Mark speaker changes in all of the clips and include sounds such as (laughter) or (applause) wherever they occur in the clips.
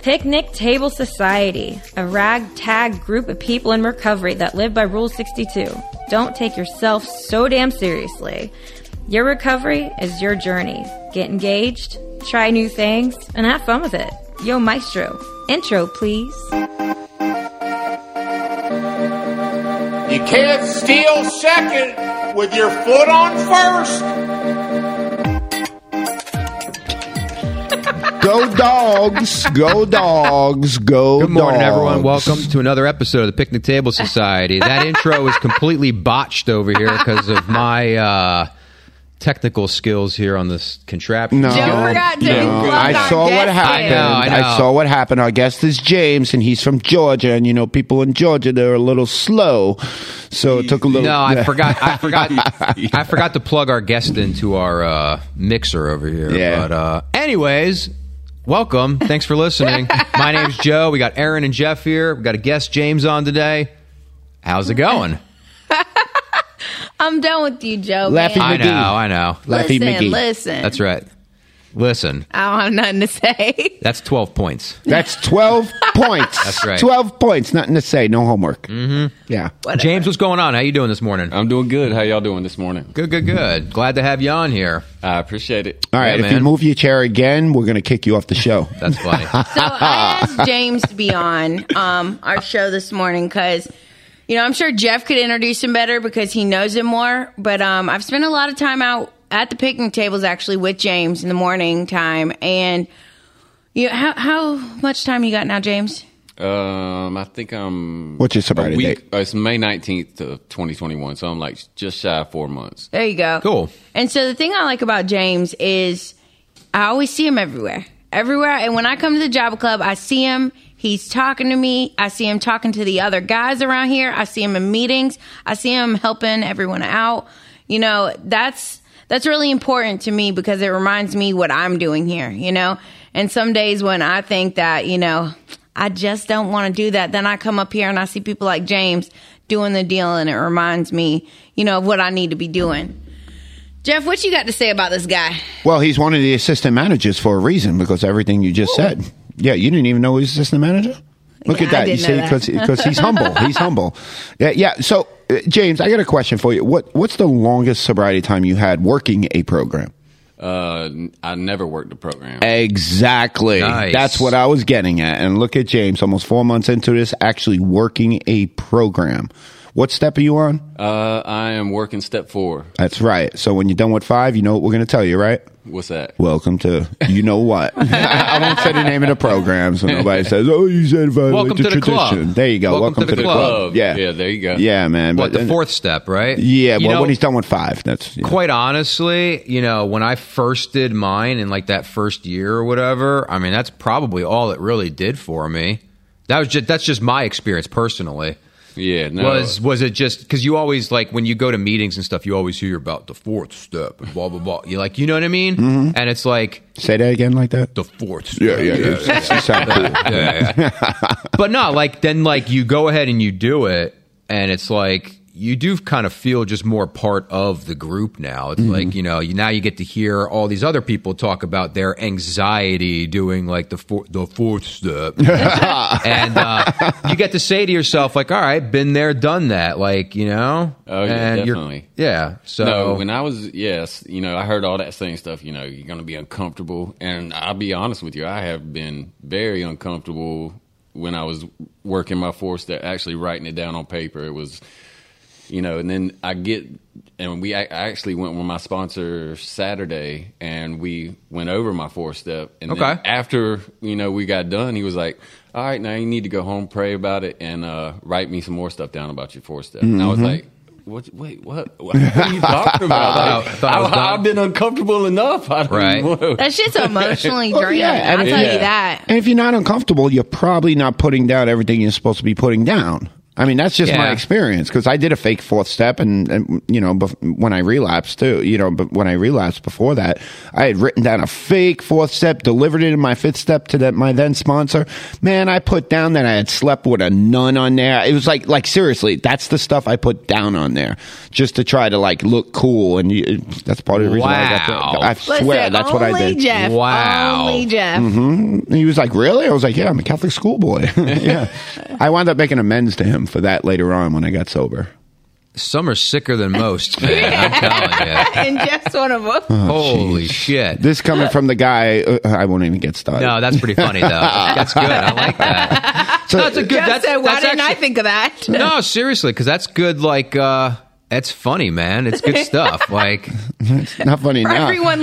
Speaker 1: Picnic Table Society, a ragtag group of people in recovery that live by Rule 62. Don't take yourself so damn seriously. Your recovery is your journey. Get engaged, try new things, and have fun with it. Yo, Maestro, intro, please.
Speaker 2: You can't steal second with your foot on first.
Speaker 3: Go dogs. Go dogs. Go
Speaker 4: Good morning,
Speaker 3: dogs.
Speaker 4: everyone. Welcome to another episode of the Picnic Table
Speaker 3: (laughs)
Speaker 4: Society. That intro was completely botched over here because of my uh, technical skills here on this contraption.
Speaker 3: No,
Speaker 5: Joe forgot to
Speaker 3: no.
Speaker 5: plug
Speaker 3: I
Speaker 5: our
Speaker 3: saw what
Speaker 5: guest
Speaker 3: happened.
Speaker 4: in. I know, I know.
Speaker 3: saw what happened. Our guest is James, and he's from Georgia. And you know, people in Georgia they're a little slow, so it took a little.
Speaker 4: No, I forgot.
Speaker 3: (laughs)
Speaker 4: I forgot. I forgot to plug our guest into our uh, mixer over here.
Speaker 3: Yeah.
Speaker 4: But uh, anyways, welcome. Thanks for listening. My name's Joe. We got Aaron and Jeff here. We got a guest James on today. How's it going?
Speaker 5: I'm done with you, Joe.
Speaker 3: Laffy
Speaker 5: man.
Speaker 4: I
Speaker 3: McGee.
Speaker 4: know. I know.
Speaker 3: Laffy
Speaker 5: Listen,
Speaker 3: McGee.
Speaker 5: listen.
Speaker 4: That's right. Listen,
Speaker 5: I don't have nothing to say. (laughs)
Speaker 4: that's twelve points.
Speaker 3: That's twelve points.
Speaker 4: That's right.
Speaker 3: Twelve points. Nothing to say. No homework. Mm-hmm. Yeah.
Speaker 4: James, what's going on? How you doing this morning?
Speaker 3: Uh,
Speaker 6: I'm doing good. How y'all doing this morning?
Speaker 4: good, good, good. Glad to have you on here.
Speaker 6: I appreciate it.
Speaker 3: All right.
Speaker 4: Yeah,
Speaker 3: if you
Speaker 4: man.
Speaker 3: move your chair again, we're gonna kick you off the show.
Speaker 4: That's
Speaker 3: (laughs)
Speaker 4: funny.
Speaker 5: So I asked James to be on um, our show this morning because, you know, I'm sure Jeff could introduce him better because he knows him more. But um, I've spent a lot of time out at the picnic tables actually with James in the morning time. And you know, how, how much time you got now, James?
Speaker 6: Um, I think I'm.
Speaker 3: What's your sobriety
Speaker 6: a week-
Speaker 3: date?
Speaker 6: uh, It's May 19th of 2021, so I'm like just shy of four months.
Speaker 5: There you go.
Speaker 4: Cool.
Speaker 5: And so the thing I like about James is I always see him everywhere. Everywhere. And when I come to the Java Club, I see him. He's talking to me. I see him talking to the other guys around here. I see him in meetings. I see him helping everyone out. You know, that's that's really important to me because it reminds me what I'm doing here, you know? And some days when I think that, you know, I just don't want to do that, then I come up here and I see people like James doing the deal and it reminds me, you know, of what I need to be doing. Jeff, what you got to say about this guy?
Speaker 3: Well, he's one of the assistant managers for a reason because everything you just said. Yeah, you didn't even know he was assistant manager. Look
Speaker 5: Yeah,
Speaker 3: at
Speaker 5: I
Speaker 3: that.
Speaker 5: didn't
Speaker 3: you
Speaker 5: know that.
Speaker 3: see, because he's
Speaker 5: (laughs)
Speaker 3: humble. He's humble. Yeah, yeah. So, uh, James, I got a question for you. What What's the longest sobriety time you had working a program?
Speaker 6: Uh, n- I never worked the program.
Speaker 3: Eh. Exactly.
Speaker 4: Nice.
Speaker 3: That's what I was getting at. And look at James, almost four months into this, actually working a program. What step are you on?
Speaker 6: Uh, I am working step four.
Speaker 3: That's right. So when you're done with five, you know what we're going to tell you, right?
Speaker 6: What's that?
Speaker 3: Welcome to you know what. I won't say the name of the program, so nobody says, "Oh, you said violate
Speaker 4: Welcome
Speaker 3: the
Speaker 4: to the club.
Speaker 3: tradition." There you go. Welcome, to, the, club. Yeah,
Speaker 6: Yeah, there you go.
Speaker 3: Yeah, man.
Speaker 4: what the
Speaker 3: then-
Speaker 4: fourth step, right?
Speaker 3: Yeah,
Speaker 4: You
Speaker 3: well,
Speaker 4: know,
Speaker 3: when he's done with five, that's yeah.
Speaker 4: Quite honestly, you know, when I first did mine in like that first year or whatever, I mean, that's probably all it really did for me. That was just that's just my experience personally.
Speaker 6: Yeah,
Speaker 3: Oh.
Speaker 6: no.
Speaker 4: Was was it just because you always like when you go to meetings and stuff, you always hear about the fourth step and blah blah blah. You like, you know what I mean? And it's like
Speaker 3: say that again like that.
Speaker 4: the fourth. Step.
Speaker 3: Mm-hmm. Yeah, yeah, it's, it's, it's not cool.
Speaker 4: yeah, yeah. (laughs) but no, like then like you go ahead and you do it, and it's like you do kind of feel just more part of the group now. It's like you know you, now you get to hear all these other people talk about their anxiety doing like the four, the fourth step, and uh, you get to say to yourself like, all right, been there, done that, like you know.
Speaker 6: Oh, yeah,
Speaker 4: And you're-
Speaker 6: definitely.
Speaker 4: Yeah. So
Speaker 6: no, when I was yes, you know, I heard all that same stuff. You know, you're gonna be uncomfortable, and I'll be honest with you, I have been very uncomfortable when I was working my four step, actually writing it down on paper. It was, you know, and then I get, and we I I actually went with my sponsor Saturday, and we went over my four step, and then
Speaker 4: Okay.
Speaker 6: after you know we got done, he was like. All right, now you need to go home, pray about it, and uh, write me some more stuff down about your four step. And I was
Speaker 4: Mm-hmm.
Speaker 6: like, "What? Wait, what? (laughs) What are you
Speaker 4: (laughs)
Speaker 6: talking
Speaker 4: I
Speaker 6: about? Like,
Speaker 4: thought I was
Speaker 6: I,
Speaker 4: done.
Speaker 6: have been uncomfortable enough. I don't
Speaker 4: Right.
Speaker 6: know.
Speaker 3: (laughs)
Speaker 5: That
Speaker 3: Oh,
Speaker 5: shit's emotionally
Speaker 3: Well,
Speaker 5: draining.
Speaker 3: yeah, and
Speaker 5: I'll
Speaker 3: it-
Speaker 5: tell
Speaker 6: yeah.
Speaker 5: you that.
Speaker 3: And if you're not uncomfortable, you're probably not putting down everything you're supposed to be putting down. I mean, that's just my
Speaker 4: Yeah.
Speaker 3: experience because I did a fake fourth step, and, and you know, bef- when I relapsed too, you know, but when I relapsed before that, I had written down a fake fourth step, delivered it in my fifth step to that my then sponsor. Man, I put down that I had slept with a nun on there. It was like, like seriously, that's the stuff I put down on there just to try to like look cool, and you, that's part of the reason I got
Speaker 4: Wow.
Speaker 3: that. I
Speaker 5: Listen,
Speaker 3: swear, that's what I
Speaker 5: only
Speaker 3: did. Mm-hmm.
Speaker 5: Jeff.
Speaker 4: Wow.
Speaker 5: Only Jeff.
Speaker 3: And he was like, "Really?" I was like, "Yeah, I'm a Catholic schoolboy." (laughs) yeah, I wound up making amends to him for that later on when I got sober.
Speaker 4: Some are sicker than most, man.
Speaker 6: (laughs)
Speaker 4: I'm telling you.
Speaker 5: (laughs) and Jeff's one of
Speaker 3: Uh-huh.
Speaker 5: them.
Speaker 4: Holy shit.
Speaker 3: This coming from the guy, uh, I won't even get started.
Speaker 4: no, that's pretty funny though. That's good. I like that.
Speaker 3: So-
Speaker 4: no, (laughs) that's a good.
Speaker 5: Jeff
Speaker 4: that's,
Speaker 5: said, "Why
Speaker 4: that's
Speaker 5: didn't I
Speaker 4: actually-
Speaker 5: think of that?"
Speaker 4: No, seriously, because that's good. Like, uh, that's funny, man. It's good stuff. (laughs) Like,
Speaker 3: uh, not funny
Speaker 5: (laughs) For
Speaker 3: now.
Speaker 5: everyone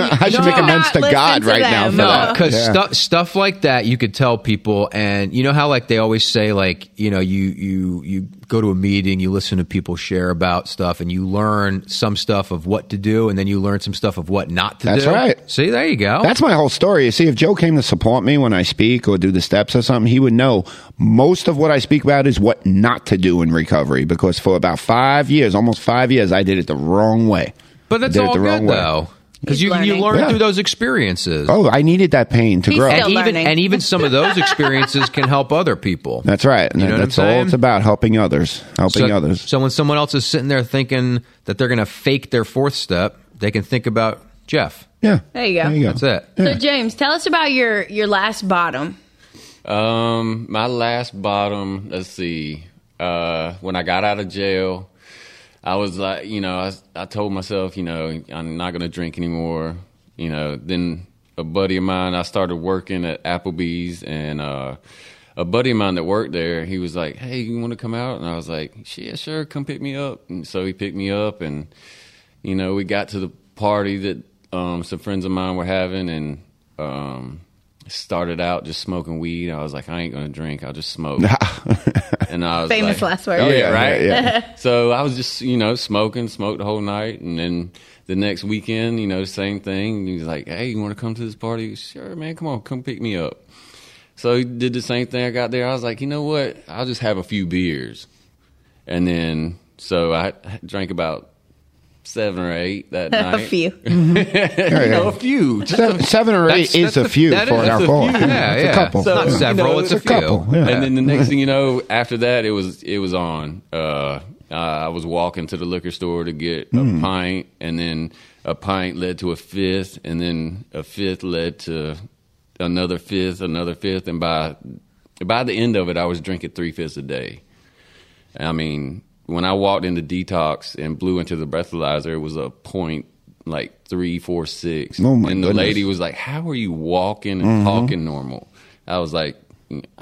Speaker 3: (laughs) I should
Speaker 5: do
Speaker 3: make amends
Speaker 5: not
Speaker 3: to
Speaker 5: listen
Speaker 3: God
Speaker 5: to
Speaker 3: right
Speaker 5: them.
Speaker 3: now for
Speaker 4: no,
Speaker 5: (laughs)
Speaker 3: that.
Speaker 4: because
Speaker 3: Yeah.
Speaker 4: stuff stuff like that you could tell people, and you know how like they always say, like you know you you you go to a meeting, you listen to people share about stuff, and you learn some stuff of what to do, and then you learn some stuff of what not to
Speaker 3: That's
Speaker 4: do.
Speaker 3: right.
Speaker 4: See, there you go.
Speaker 3: That's my whole story. You see, if Joe came to support me when I speak or do the steps or something, he would know most of what I speak about is what not to do in recovery because for about five years, almost five years, I did it the wrong way.
Speaker 4: but that's
Speaker 3: I did it
Speaker 4: all
Speaker 3: the wrong
Speaker 4: good
Speaker 3: way.
Speaker 4: though, because
Speaker 5: He's
Speaker 4: you you
Speaker 5: learning.
Speaker 4: learn
Speaker 3: Yeah.
Speaker 4: through those experiences.
Speaker 3: Oh, I needed that pain to
Speaker 5: He's
Speaker 3: grow.
Speaker 5: still
Speaker 4: and even
Speaker 5: learning.
Speaker 4: and even some of
Speaker 5: (laughs)
Speaker 4: those experiences can help other people.
Speaker 3: That's right. And
Speaker 4: You know what I'm
Speaker 3: that's all
Speaker 4: saying?
Speaker 3: it's about helping others, helping
Speaker 4: so,
Speaker 3: others.
Speaker 4: So when someone else is sitting there thinking that they're going to fake their fourth step, they can think about Jeff.
Speaker 3: yeah.
Speaker 5: There you go.
Speaker 4: That's it.
Speaker 5: So James, tell us about your your last bottom.
Speaker 6: Um, my last bottom. Let's see. Uh, when I got out of jail, I was like, you know, I, I told myself, you know, I'm not gonna drink anymore. You know, then a buddy of mine, I started working at Applebee's, and uh, a buddy of mine that worked there, he was like, "Hey, you want to come out?" And I was like, "Yeah, sure, come pick me up." And so he picked me up, and you know, we got to the party that um, some friends of mine were having, and um, started out just smoking weed. I was like, I ain't gonna drink. I'll just smoke. and I was
Speaker 5: Famous
Speaker 6: like,
Speaker 5: last word.
Speaker 6: Oh, yeah,
Speaker 3: Yeah,
Speaker 6: right.
Speaker 3: yeah,
Speaker 4: (laughs)
Speaker 6: so I was just you know smoking, smoked the whole night, and then the next weekend, you know, same thing. He was like, Hey, you want to come to this party? Sure, man. Come on, come pick me up. So he did the same thing. I got there. I was like, you know what? I'll just have a few beers, and then so I drank about seven or eight that
Speaker 5: (laughs) A
Speaker 6: night.
Speaker 5: few.
Speaker 3: (laughs) Yeah, yeah.
Speaker 6: A few.
Speaker 3: Seven, seven or eight
Speaker 4: That's-
Speaker 3: is
Speaker 4: that's
Speaker 3: a few
Speaker 4: that
Speaker 3: for
Speaker 4: is
Speaker 3: an
Speaker 4: a few.
Speaker 3: alcoholic.
Speaker 4: Yeah,
Speaker 3: it's
Speaker 4: yeah.
Speaker 3: a couple.
Speaker 4: It's not
Speaker 6: So,
Speaker 4: several.
Speaker 6: you know,
Speaker 4: it's a
Speaker 6: it's a
Speaker 4: few.
Speaker 3: couple, yeah.
Speaker 6: And then the next thing you know, after that, it was it was on. Uh, I was walking to the liquor store to get a pint, and then a pint led to a fifth, and then a fifth led to another fifth, another fifth, and by by the end of it, I was drinking three fifths a day. I mean, when I walked into detox and blew into the breathalyzer, it was a point like three, four, six.
Speaker 3: Oh, my
Speaker 6: and the
Speaker 3: goodness. Mm-hmm.
Speaker 6: lady was like, "How are you walking and talking normal?" I was like, (laughs)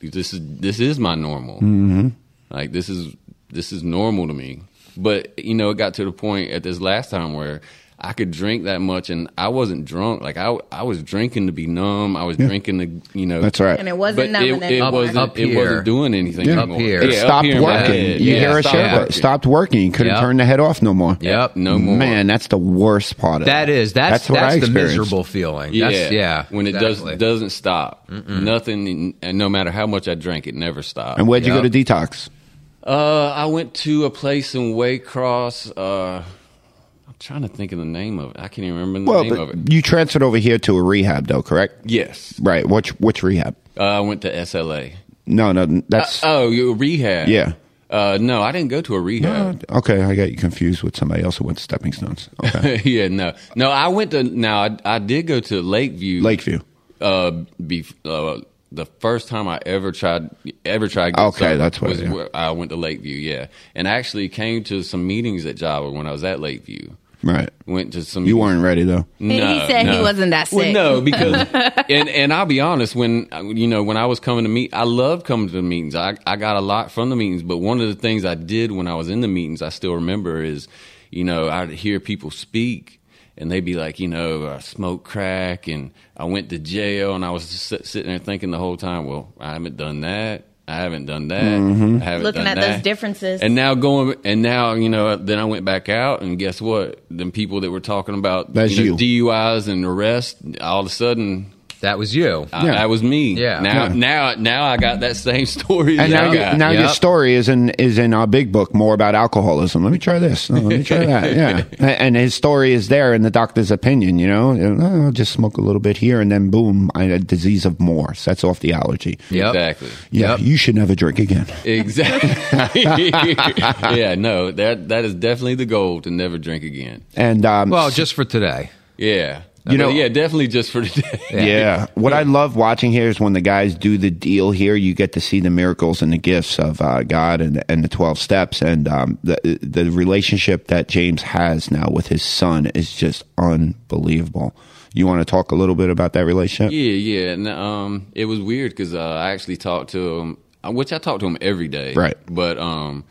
Speaker 6: "This is this is my normal.
Speaker 3: Mm-hmm.
Speaker 6: Like this is this is normal to me." But you know, it got to the point at this last time where I could drink that much, and I wasn't drunk. Like I, I was drinking to be numb. I was drinking to, you know,
Speaker 3: That's right.
Speaker 5: And it wasn't
Speaker 6: but
Speaker 5: numb
Speaker 6: it, it
Speaker 5: anymore.
Speaker 6: wasn't
Speaker 4: Up
Speaker 6: it
Speaker 4: here.
Speaker 6: wasn't doing anything
Speaker 3: Yeah.
Speaker 6: anymore.
Speaker 4: Up here.
Speaker 6: Yeah,
Speaker 4: It
Speaker 6: up
Speaker 3: stopped
Speaker 6: here in my
Speaker 3: working.
Speaker 6: head.
Speaker 3: You
Speaker 6: Yeah,
Speaker 3: hear a
Speaker 6: stopped
Speaker 3: shit, but
Speaker 6: working.
Speaker 3: stopped working. You couldn't
Speaker 4: Yep.
Speaker 3: turn the head off no more.
Speaker 4: Yep.
Speaker 6: No more.
Speaker 3: Man, that's the worst part of
Speaker 4: That
Speaker 3: it.
Speaker 4: is that's that's,
Speaker 3: what I
Speaker 4: the
Speaker 3: experienced.
Speaker 4: miserable feeling.
Speaker 6: Yeah,
Speaker 4: That's, yeah.
Speaker 6: When it
Speaker 4: exactly.
Speaker 6: does doesn't stop, nothing, and no matter how much I drank, it never stopped.
Speaker 3: And where'd you go
Speaker 4: Yep.
Speaker 3: to detox?
Speaker 6: Uh, I went to a place in Waycross. Uh, I'm trying to think of the name of it. I can't even remember the
Speaker 3: Well,
Speaker 6: name of it.
Speaker 3: but you transferred over here to a rehab, though, correct?
Speaker 6: Yes,
Speaker 3: Right. Which which rehab?
Speaker 6: uh, I went to SLA.
Speaker 3: No, no, that's
Speaker 4: Uh,
Speaker 6: Oh, you rehab?
Speaker 3: Yeah.
Speaker 6: Uh, no, I didn't go to a rehab.
Speaker 3: okay. I got you confused with somebody else who went to Stepping Stones. Okay.
Speaker 6: (laughs)
Speaker 4: (laughs)
Speaker 6: yeah, no, no. I went to now. I, I did go to Lakeview.
Speaker 3: Lakeview.
Speaker 6: Uh, be, uh, the first time I ever tried ever tried. to get
Speaker 3: Okay,
Speaker 6: sober
Speaker 3: that's what
Speaker 6: was
Speaker 3: it is.
Speaker 6: where I went to Lakeview. Yeah, and I actually came to some meetings at Java when I was at Lakeview.
Speaker 3: Right.
Speaker 6: Went to some.
Speaker 3: You weren't ready though.
Speaker 5: And he said he wasn't that sick.
Speaker 6: Well, no,
Speaker 5: (laughs)
Speaker 6: because and and I'll be honest, when you know when I was coming to meet, I loved coming to the meetings. I I got a lot from the meetings, but one of the things I did when I was in the meetings, I still remember is, you know, I'd hear people speak. And they'd be like, you know, I smoked crack and I went to jail. And I was just sit- sitting there thinking the whole time, well, I haven't done that. I haven't done that. I haven't
Speaker 5: Looking
Speaker 6: done
Speaker 5: at those
Speaker 6: that."
Speaker 5: differences.
Speaker 6: And now going, and now, you know, then I went back out. And guess what? Them people that were talking about
Speaker 3: That's
Speaker 6: you know,
Speaker 3: you.
Speaker 6: DUIs and arrest, all of a sudden
Speaker 4: That was you.
Speaker 6: I-
Speaker 3: Yeah.
Speaker 6: that was me.
Speaker 4: Yeah.
Speaker 6: Now,
Speaker 3: Yeah.
Speaker 6: now, now I got that same (laughs) story.
Speaker 3: And
Speaker 6: that
Speaker 3: now,
Speaker 6: you got.
Speaker 3: you, now your
Speaker 4: Yep.
Speaker 3: story is in is in our big book more about alcoholism. Let me try this. Oh, let me try that.
Speaker 4: (laughs)
Speaker 3: Yeah, A- and his story is there in the doctor's opinion. You know, And, "Oh, I'll just smoke a little bit here, and then boom, I had a disease of Morse. That's off the allergy.
Speaker 4: Yep.
Speaker 6: Exactly.
Speaker 3: Yeah,
Speaker 4: Yep.
Speaker 3: you should never drink again.
Speaker 6: Exactly. (laughs) yeah, no, that that is definitely the goal to never drink again.
Speaker 3: And um,
Speaker 4: Well, just for today.
Speaker 6: Yeah.
Speaker 3: You know-
Speaker 6: But yeah, definitely just for today.
Speaker 3: Yeah. What I love watching here is when the guys do the deal here, you get to see the miracles and the gifts of uh, God and, and the 12 steps. And um, the, the relationship that James has now with his son is just unbelievable. You want to talk a little bit about that relationship?
Speaker 6: Yeah, yeah, and um, it was weird because uh, I actually talked to him, uh, which I talk to him every day,
Speaker 3: Right.
Speaker 6: But um,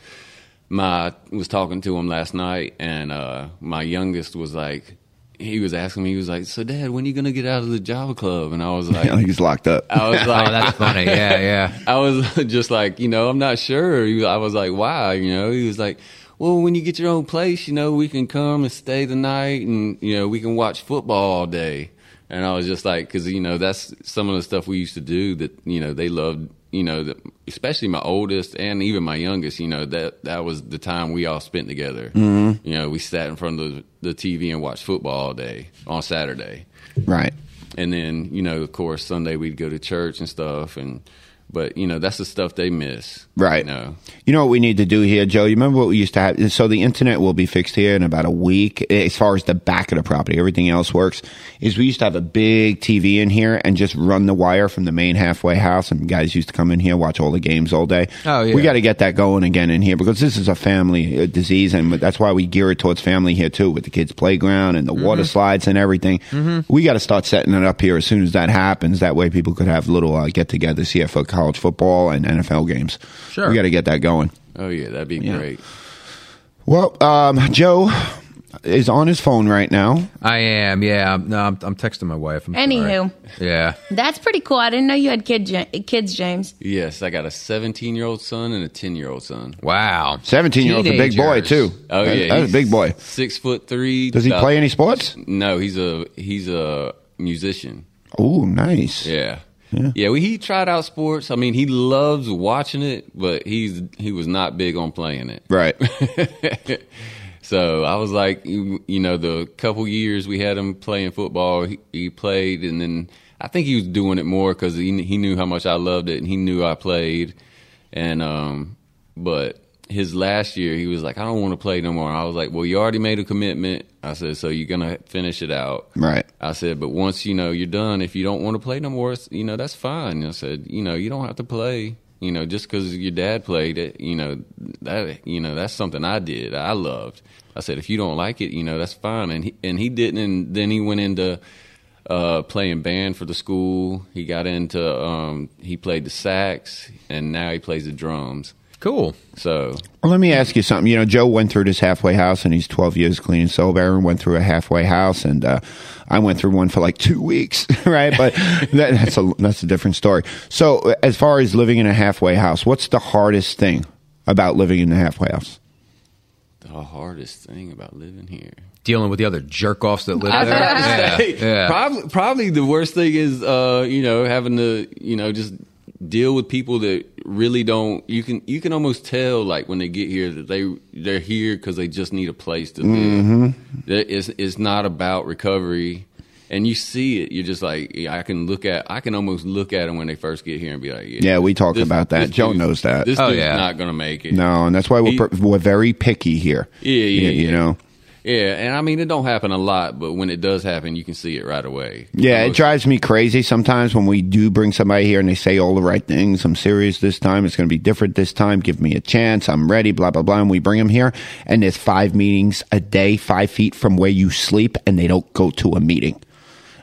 Speaker 6: my was talking to him last night, and uh, my youngest was like, he was asking me, he was like, "So, Dad, when are you gonna get out of the Java Club?" And I
Speaker 4: (laughs)
Speaker 6: was like,
Speaker 3: (laughs) He's locked up.
Speaker 6: I was
Speaker 4: Oh,
Speaker 6: like, (laughs)
Speaker 4: that's funny. Yeah, yeah.
Speaker 6: I was (laughs) just like, you know, I'm not sure. He was- I was like, why? You know, he was like, well, when you get your own place, you know, we can come and stay the night and, you know, we can watch football all day. And I was just like, because, you know, that's some of the stuff we used to do that, you know, they loved, you know, that, especially my oldest and even my youngest, you know, that, that was the time we all spent together. You know, we sat in front of the, the TV and watched football all day on Saturday
Speaker 3: Right.
Speaker 6: and then you know of course sunday we'd go to church and stuff and but you know that's the stuff they miss
Speaker 3: Right.
Speaker 6: you know
Speaker 3: You know what we need to do here, Joe? You remember what we used to have? So the internet will be fixed here in about a week. eh, As far as the back of the property, everything else works. Is we used to have a big TV in here and just run the wire from the main halfway house, and guys used to come in here watch all the games all day.
Speaker 4: Oh, yeah.
Speaker 3: We got to get that going again in here because this is a family uh, disease, and that's why we gear it towards family here too, with the kids' playground and the water slides and everything. We got to start setting it up here as soon as that happens. That way, people could have little uh, get-togethers here for college football and NFL games.
Speaker 4: Sure.
Speaker 3: we got to get that going.
Speaker 6: oh yeah that'd be great
Speaker 3: Well, um, Joe is on his phone right now.
Speaker 4: I am. Yeah. I'm, no, I'm, I'm texting my wife. I'm sorry.
Speaker 5: Anywho.
Speaker 4: Yeah.
Speaker 5: That's pretty cool. I didn't know you had kid, Ja- kids, James.
Speaker 6: yes i got a 17 year old son and a 10 year old son
Speaker 4: Wow.
Speaker 3: 17 year old's a big boy,
Speaker 4: Teenagers.
Speaker 3: too.
Speaker 6: oh
Speaker 3: That-
Speaker 6: yeah
Speaker 3: That's
Speaker 6: he's
Speaker 3: a big boy.
Speaker 6: six foot three
Speaker 3: Does he
Speaker 6: about-
Speaker 3: play any sports?
Speaker 6: no he's a he's a musician
Speaker 3: Oh, nice.
Speaker 6: yeah yeah, well, he tried out sports. I mean, he loves watching it, but he's he was not big on playing it.
Speaker 3: Right. (laughs)
Speaker 6: So I was like, you you know, the couple years we had him playing football, he, he played, and then I think he was doing it more because he he knew how much I loved it, and he knew I played, and um, but his last year he was like, I don't want to play no more. I was like, well, you already made a commitment. I said, so you're gonna finish it out.
Speaker 3: Right.
Speaker 6: I said, but once you know you're done, if you don't want to play no more, it's- you know that's fine. I said, you know you don't have to play. You know just because your dad played it, you know that you know that's something I did. I loved. I said, if you don't like it, you know that's fine. And he, and he didn't. And then he went into uh, playing band for the school. He got into um, he played the sax, and now he plays the drums.
Speaker 4: Cool.
Speaker 6: So
Speaker 3: Well, let me ask you something. You know, Joe went through this halfway house and he's 12 years clean and sober. Aaron went through a halfway house and uh, I went through one for like two weeks, (laughs) right?
Speaker 6: (laughs)
Speaker 3: But that, that's, a, that's a different story. So, uh, as far as living in a halfway house, what's the hardest thing about living in a halfway house?
Speaker 6: the hardest thing about living here.
Speaker 4: Dealing with the other jerk offs that live there. (laughs) Yeah. yeah.
Speaker 6: Probably, probably the worst thing is, uh, you know, having to, you know, just deal with people that really don't. You can, you can almost tell, like when they get here, that they they're here because they just need a place to live.
Speaker 3: Mm-hmm.
Speaker 6: That It's it's not about recovery, and you see it. You're just like, yeah, I can look at, I can almost look at them when they first get here and be like, yeah,
Speaker 3: Yeah, we talked
Speaker 6: this-
Speaker 3: about that.
Speaker 6: this
Speaker 3: Joe
Speaker 6: dude-
Speaker 3: knows that.
Speaker 6: This
Speaker 4: Oh,
Speaker 6: dude's
Speaker 4: yeah.
Speaker 6: not gonna make it.
Speaker 3: No, and that's why we're, pr we're very picky here.
Speaker 6: Yeah,
Speaker 3: You,
Speaker 6: yeah,
Speaker 3: you
Speaker 6: yeah.
Speaker 3: know.
Speaker 6: Yeah, and I mean it don't happen a lot, but when it does happen, you can see it right away.
Speaker 3: Yeah, it
Speaker 6: Almost-
Speaker 3: drives me crazy sometimes when we do bring somebody here and they say all the right things. I'm serious this time. It's going to be different this time. Give me a chance. I'm ready. Blah blah blah. And we bring them here, and there's five meetings a day, five feet from where you
Speaker 4: (laughs)
Speaker 3: sleep, and they don't go to a meeting.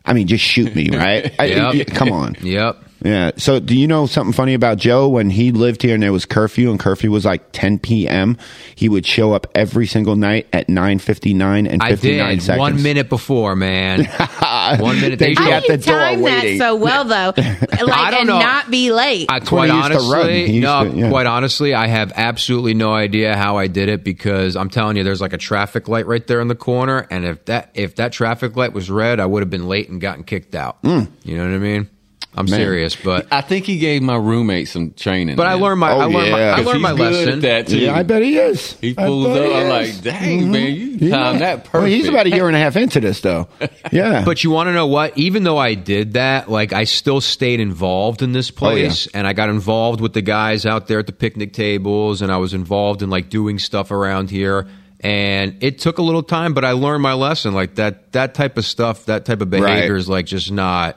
Speaker 3: I mean, just shoot me, right? I-
Speaker 4: Yep.
Speaker 3: come on.
Speaker 4: Yep.
Speaker 3: Yeah. So, do you know something funny about Joe? When he lived here and there was curfew, and curfew was like 10 p.m., he would show up every single night at 9:59 and 59
Speaker 4: I did
Speaker 3: seconds.
Speaker 4: one minute
Speaker 3: (laughs)
Speaker 4: before, man. one minute
Speaker 3: They
Speaker 4: they
Speaker 3: got
Speaker 4: showed
Speaker 5: How
Speaker 3: at
Speaker 5: do you
Speaker 3: the door
Speaker 5: time that
Speaker 3: waiting.
Speaker 5: so well though?
Speaker 3: (laughs)
Speaker 5: Like
Speaker 4: I don't
Speaker 5: and
Speaker 4: know.
Speaker 5: not be late.
Speaker 4: I
Speaker 3: when
Speaker 4: quite
Speaker 3: he used to run. He
Speaker 4: honestly,
Speaker 3: used
Speaker 4: no,
Speaker 3: to- yeah.
Speaker 4: quite honestly, I have absolutely no idea how I did it because I'm telling you, there's like a traffic light right there in the corner, and if that if that traffic light was red, I would have been late and gotten kicked out. You know what I mean? I'm
Speaker 3: Mm. Man.
Speaker 4: serious, but
Speaker 6: I think he gave my roommate some training.
Speaker 4: but I
Speaker 6: man.
Speaker 4: learned my
Speaker 3: Oh,
Speaker 4: I learned
Speaker 3: yeah.
Speaker 4: my, I
Speaker 6: 'Cause
Speaker 4: learned my
Speaker 6: he's good
Speaker 4: lesson.
Speaker 6: at that too.
Speaker 3: Yeah, I bet he is.
Speaker 6: He
Speaker 3: I
Speaker 6: pulls
Speaker 3: bet
Speaker 6: up.
Speaker 3: he
Speaker 6: I'm
Speaker 3: is. Mm-hmm.
Speaker 6: like, dang, man, you timed that perfect.
Speaker 3: Well, he's about a year and a half into this,
Speaker 6: (laughs)
Speaker 3: though. Yeah.
Speaker 4: But you want to know what? Even though I did that, like I still stayed involved in this
Speaker 3: Oh,
Speaker 4: place, and I got involved with the guys out there at the picnic tables, and I was involved in like doing stuff around here. And it took a little time, but I learned my lesson. Like that, that type of stuff, that type of behavior
Speaker 3: Right.
Speaker 4: is like just not,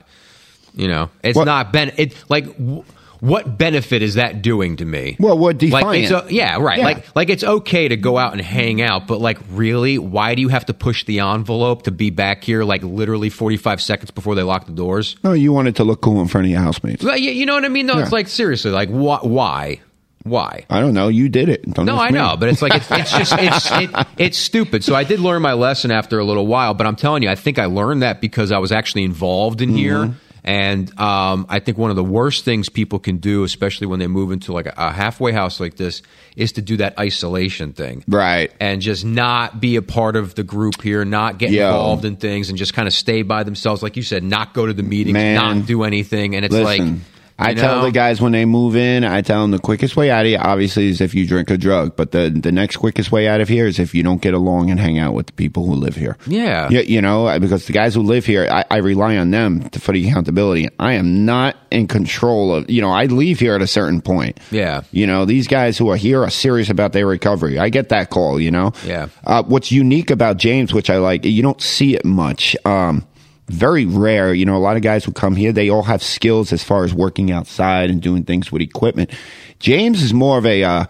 Speaker 4: you know, it's
Speaker 3: What-
Speaker 4: not ben. It like w- what benefit is that doing to me?
Speaker 3: Well, what
Speaker 4: like it's
Speaker 3: defiant.
Speaker 4: o- yeah, right.
Speaker 3: Yeah.
Speaker 4: Like like it's okay to go out and hang out, but like really, why do you have to push the envelope to be back here like literally 45 seconds before they lock the doors?
Speaker 3: no, you wanted to look cool in front of your housemates.
Speaker 4: Like, you, you know what I mean? No,
Speaker 3: Yeah.
Speaker 4: it's like seriously, like wh- why? Why?
Speaker 3: I don't know. You did it. Don't
Speaker 4: No,
Speaker 3: ask
Speaker 4: I
Speaker 3: me.
Speaker 4: know, but it's like it's, it's just it's it, it's stupid. So I did learn my lesson after a little while, but I'm telling you, I think I learned that because I was actually involved in
Speaker 3: Mm-hmm.
Speaker 4: here. And um, I think one of the worst things people can do, especially when they move into like a, a halfway house like this, is to do that isolation thing,
Speaker 3: Right.
Speaker 4: And just not be a part of the group here, not get
Speaker 3: Yo.
Speaker 4: involved in things, and just kind of stay by themselves, like you said, not go to the meetings,
Speaker 3: Man.
Speaker 4: not do anything. And it's
Speaker 3: Listen,
Speaker 4: like
Speaker 3: I
Speaker 4: you
Speaker 3: tell
Speaker 4: know?
Speaker 3: the guys when they move in, I tell them the quickest way out of here, obviously, is if you drink a drug. But the, the next quickest way out of here is if you don't get along and hang out with the people who live here.
Speaker 4: Yeah.
Speaker 3: You, you know, I- because the guys who live here, I, I rely on them to, for the accountability. I am not in control of, you know, I leave here at a certain point.
Speaker 4: Yeah.
Speaker 3: You know, these guys who are here are serious about their recovery. I get that call, you know?
Speaker 4: Yeah.
Speaker 3: Uh, what's unique about James, which I like, you don't see it much. Um, very rare. You know, a lot of guys who come here, they all have skills as far as working outside and doing things with equipment. James is more of a uh,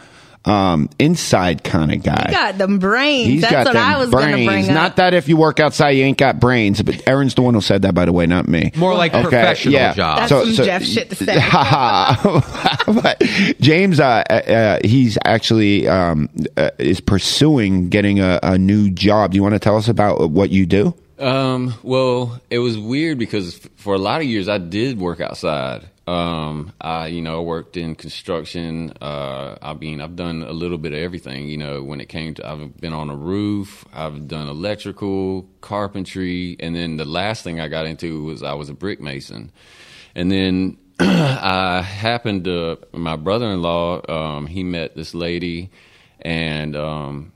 Speaker 3: um, inside kind of guy.
Speaker 5: You got them brains.
Speaker 3: He's
Speaker 5: That's
Speaker 3: got
Speaker 5: what
Speaker 3: them
Speaker 5: I was gonna
Speaker 3: brains.
Speaker 5: bring up.
Speaker 3: Not that if you work outside, you ain't got brains. But Aaron's the one who said that, by the way, not me.
Speaker 4: More like professional job.
Speaker 5: That's some Jeff shit to
Speaker 3: (laughs)
Speaker 5: say.
Speaker 3: but (laughs) James, uh, uh, uh, he's actually um, uh, is pursuing getting a, a new job. Do you want to tell us about what you do?
Speaker 6: Um, well, it was weird because f- for a lot of years I did work outside. Um, I, you know, worked in construction. Uh, I mean, I've done a little bit of everything, you know, when it came to, I've been on a roof, I've done electrical, carpentry. And then the last thing I got into was I was a brick mason. And then (clears throat) I happened to, my brother-in-law, um, he met this lady and, um,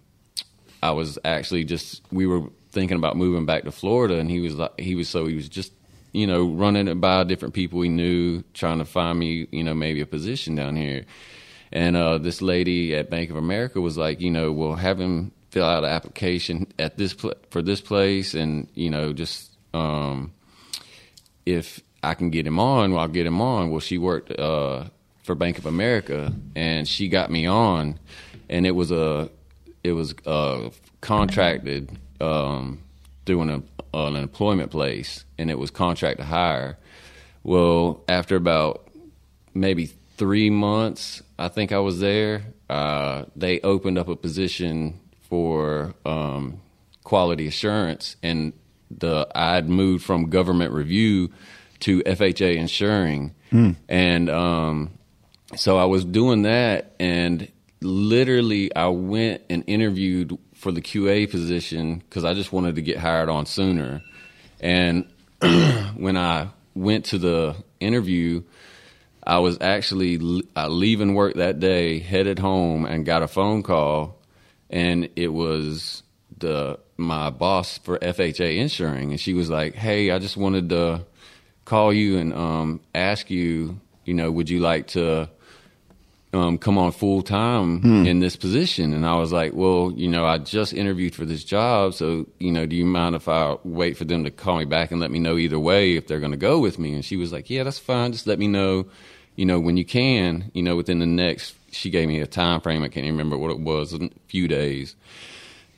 Speaker 6: I was actually just we were thinking about moving back to Florida, and he was like, he was so he was just you know running it by different people he knew, trying to find me you know maybe a position down here. And uh, this lady at Bank of America was like, you know, we'll have him fill out an application at this pl- for this place, and you know just um, if I can get him on, well, I'll get him on. Well, she worked uh, for Bank of America, and she got me on, and it was a it was uh, contracted um, through an, uh, an employment place, and it was contract to hire. Well, after about maybe three months, I think I was there. Uh, they opened up a position for um, quality assurance, and the I'd moved from government review to FHA insuring, and um, so I was doing that, and literally I went and interviewed for the QA position because I just wanted to get hired on sooner, and (clears throat) when I went to the interview. I was actually l- uh, leaving work that day, headed home, and got a phone call, and it was the my boss for FHA insuring, and she was like, "Hey, I just wanted to call you and um, ask you, you know, would you like to?" um, come on full time in this position. And I was like, well, you know, I just interviewed for this job. So, you know, do you mind if I wait for them to call me back and let me know either way if they're going to go with me? And she was like, yeah, that's fine. Just let me know, you know, when you can, you know, within the next, she gave me a time frame. I can't even remember what it was, a few days.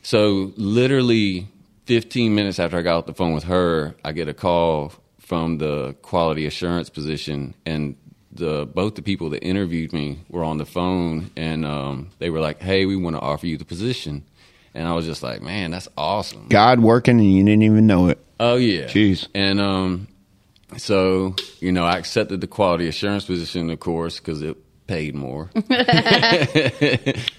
Speaker 6: So literally 15 minutes after I got off the phone with her, I get a call from the quality assurance position, and the both the people that interviewed me were on the phone, and um, they were like, "Hey, we want to offer you the position," and I was just like, "Man, that's awesome."
Speaker 3: God working and you didn't even know it.
Speaker 6: Oh yeah.
Speaker 3: Jeez.
Speaker 6: And um, so you know, I accepted the quality assurance position, of course, because it paid more. (laughs)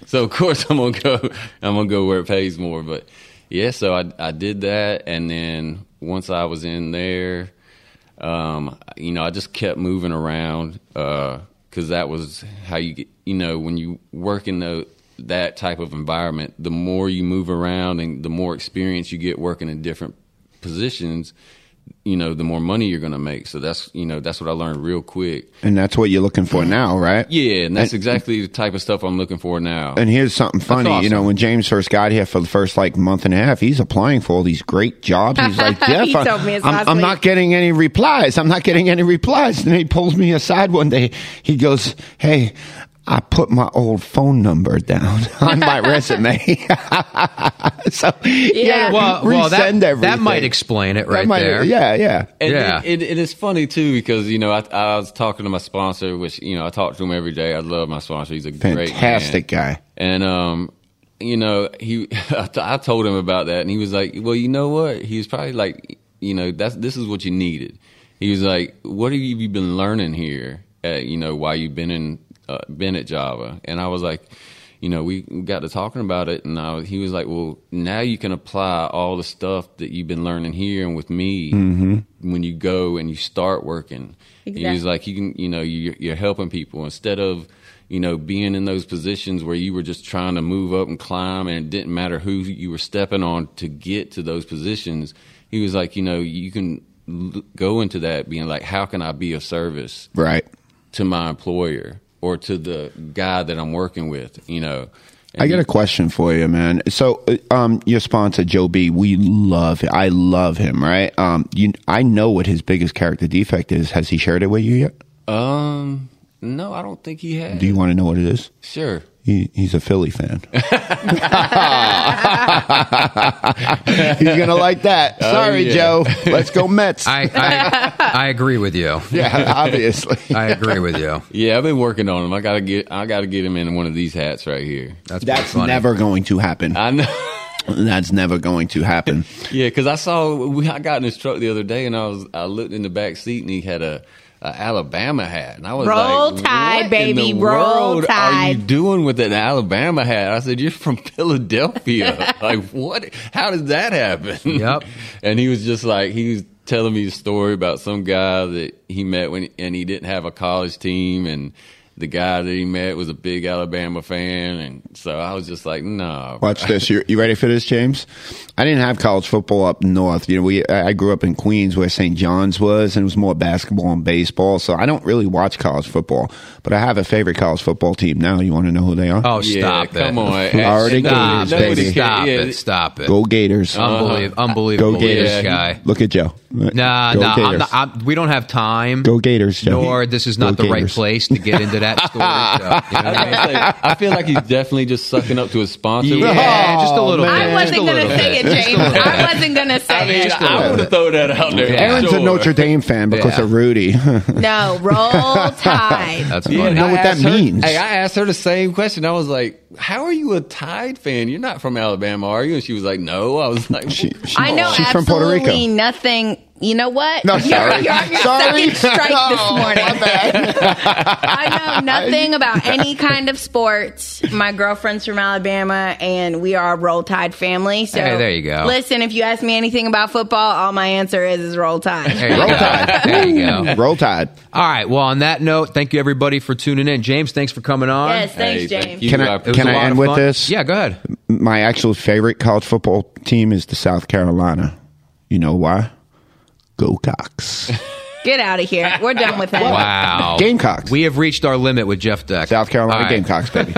Speaker 6: so of course I'm gonna go. I'm gonna go where it pays more. But yeah, so I I did that, and then once I was in there, um, you know, I just kept moving around because that was how you get. You know, when you work in the that type of environment, the more you move around and the more experience you get working in different positions, you know, the more money you're going to make. So that's, you know, that's what I learned real quick.
Speaker 3: And that's what you're looking for now, right?
Speaker 6: Yeah. And that's exactly the type of stuff I'm looking for now.
Speaker 3: And here's something funny. You know,
Speaker 6: awesome.
Speaker 3: when James first got here for the first like month and a half, he's applying for all these great jobs. He's like, "Yeah,
Speaker 5: He
Speaker 3: fine.
Speaker 5: told me his
Speaker 3: I'm,
Speaker 5: last
Speaker 3: I'm
Speaker 5: week.
Speaker 3: not getting any replies. I'm not getting any replies." And he pulls me aside one day. He goes, "Hey." I put my old phone number down (laughs) on my resume, (laughs) so yeah.
Speaker 4: Well, well that, that might
Speaker 3: explain
Speaker 4: explain it right there.
Speaker 3: Yeah, yeah.
Speaker 6: And
Speaker 4: Yeah.
Speaker 6: it, it, it is funny too because you know I, I was talking to my sponsor, which you know I talk to him every day. I love my sponsor; he's a great,
Speaker 3: Fantastic
Speaker 6: man.
Speaker 3: guy.
Speaker 6: And um, you know, he (laughs) I, t- I told him about that, and he was like, "Well, you know what?" He was probably like, "You know, that's this is what you needed." He was like, "What have you been learning here? At, you know, while you've been in uh, been at Java?" And I was like. You know, we we got to talking about it, and I was, he was like, "Well, now you can apply all the stuff that you've been learning here and with me when you go and you start working. And He was
Speaker 5: Exactly.
Speaker 6: like, you can, you know, you're, you're helping people instead of, you know, being in those positions where you were just trying to move up and climb and it didn't matter who you were stepping on to get to those positions. He was like, you know, you can l- go into that being like, how can I be of service
Speaker 3: Right.
Speaker 6: to my employer or to the guy that I'm working with, you know? And
Speaker 3: I got
Speaker 6: he-
Speaker 3: a question for you, man. So, uh, um, your sponsor Joe B, we love him. I love him, right? Um, you, I know what his biggest character defect is. Has he shared it with you yet?
Speaker 6: um, no, I don't think he had.
Speaker 3: Do you want to know what it is?
Speaker 6: sure.
Speaker 3: He, he's a Philly fan.
Speaker 4: (laughs)
Speaker 3: he's gonna like that. Sorry,
Speaker 6: yeah.
Speaker 3: Joe. Let's go Mets.
Speaker 4: Oh, (laughs) I, I I agree with you.
Speaker 3: (laughs) yeah, obviously.
Speaker 4: I agree with you.
Speaker 6: Yeah, I've been working on him. I gotta get I gotta get him in one of these hats right here.
Speaker 4: That's, pretty
Speaker 3: That's
Speaker 4: funny. Uh,
Speaker 3: never going to happen.
Speaker 6: I know.
Speaker 3: That's never going to happen.
Speaker 6: yeah, because I saw we, I got in his truck the other day, and I was I looked in the back seat, and he had a, a Alabama hat, and I was
Speaker 5: Roll
Speaker 6: like,
Speaker 5: Tide,
Speaker 6: "What in
Speaker 5: baby,
Speaker 6: the
Speaker 5: roll
Speaker 6: world Are you
Speaker 5: Tide."
Speaker 6: doing with an Alabama hat? I said, "You're from (laughs) Philadelphia. (laughs) like what? How did that happen?"
Speaker 4: Yep.
Speaker 6: (laughs) and he was just like he was telling me a story about some guy that he met when and he didn't have a college team and. The guy that he met was a big Alabama fan, and so I was just like, "Nah, bro.
Speaker 3: Watch this. You, you ready for this, James? I didn't have college football up north. You know, we I I grew up in Queens where St. John's was, and it was more basketball and baseball. So I don't really watch college football, but I have a favorite college football team now. You want to know who they are?
Speaker 4: Oh, stop it!
Speaker 6: come on.
Speaker 4: (laughs)
Speaker 3: Florida
Speaker 4: Stop
Speaker 3: Gators,
Speaker 4: it!
Speaker 3: baby.
Speaker 4: Stop
Speaker 6: Yeah.
Speaker 4: it! Stop it!
Speaker 3: Go Gators!
Speaker 4: Unbelie- unbelievable!
Speaker 3: Go Gators.
Speaker 4: This guy.
Speaker 3: Look at Joe.
Speaker 4: Nah,
Speaker 3: Go
Speaker 4: nah. I'm
Speaker 3: Gators.
Speaker 4: not, I'm, we don't have time.
Speaker 3: Go Gators, Joe.
Speaker 4: Nor this is
Speaker 3: Go
Speaker 4: not the right
Speaker 3: Gators.
Speaker 4: place to get into that story.
Speaker 3: (laughs)
Speaker 4: so, you know what I mean?
Speaker 6: I, was gonna say, I feel like he's definitely just sucking up to his sponsor.
Speaker 4: Yeah, just a little.
Speaker 3: man.
Speaker 4: bit,
Speaker 5: I
Speaker 4: just
Speaker 5: wasn't
Speaker 4: a
Speaker 5: gonna
Speaker 4: little
Speaker 5: say it,
Speaker 4: bit.
Speaker 5: James. I wasn't gonna
Speaker 6: I
Speaker 5: say
Speaker 6: mean,
Speaker 5: it.
Speaker 6: I would have thrown that out there.
Speaker 3: Aaron's
Speaker 6: sure.
Speaker 3: a Notre Dame fan because
Speaker 4: Yeah.
Speaker 3: of Rudy. (laughs)
Speaker 5: No, roll tide.
Speaker 4: (laughs) That's
Speaker 6: Yeah,
Speaker 4: funny.
Speaker 6: and
Speaker 3: know
Speaker 6: I
Speaker 3: what that
Speaker 6: asked her-
Speaker 3: means.
Speaker 6: Hey, I asked her the same question. I was like, "How are you a Tide fan? You're not from Alabama, are you?" And she was like, "No." I was like,
Speaker 3: She- she-
Speaker 5: I know
Speaker 3: She's from Puerto
Speaker 5: absolutely
Speaker 3: Rico.
Speaker 5: nothing. You know what?
Speaker 3: no,
Speaker 5: (laughs) You're-
Speaker 3: sorry.
Speaker 5: You're, on your
Speaker 3: sorry.
Speaker 5: second strike this
Speaker 3: No,
Speaker 5: morning.
Speaker 3: my bad.
Speaker 5: (laughs) I know nothing about any kind of sports. My girlfriend's from Alabama, and we are a Roll Tide family. So
Speaker 4: Hey, there you go.
Speaker 5: Listen, if you ask me anything about football, all my answer is is Roll Tide.
Speaker 4: There you go. There you go.
Speaker 3: Roll Tide.
Speaker 4: All right. Well, on that note, thank you everybody for tuning in. James, thanks for coming on.
Speaker 5: yes, thanks,
Speaker 6: Hey,
Speaker 5: James.
Speaker 6: thank you.
Speaker 3: Can
Speaker 6: I-
Speaker 3: I
Speaker 6: it was
Speaker 3: can
Speaker 4: a
Speaker 3: I
Speaker 4: lot
Speaker 3: end
Speaker 4: of
Speaker 3: with
Speaker 4: fun.
Speaker 3: this?
Speaker 4: Yeah, go ahead.
Speaker 3: my actual favorite college football team is the South Carolina. You know why? Go Cox.
Speaker 5: Get out of here. We're done with that.
Speaker 4: Wow.
Speaker 3: Gamecocks.
Speaker 4: Oh. We have reached our (laughs) limit with Jeff Deck.
Speaker 3: South Carolina
Speaker 4: All right.
Speaker 3: Gamecocks, baby.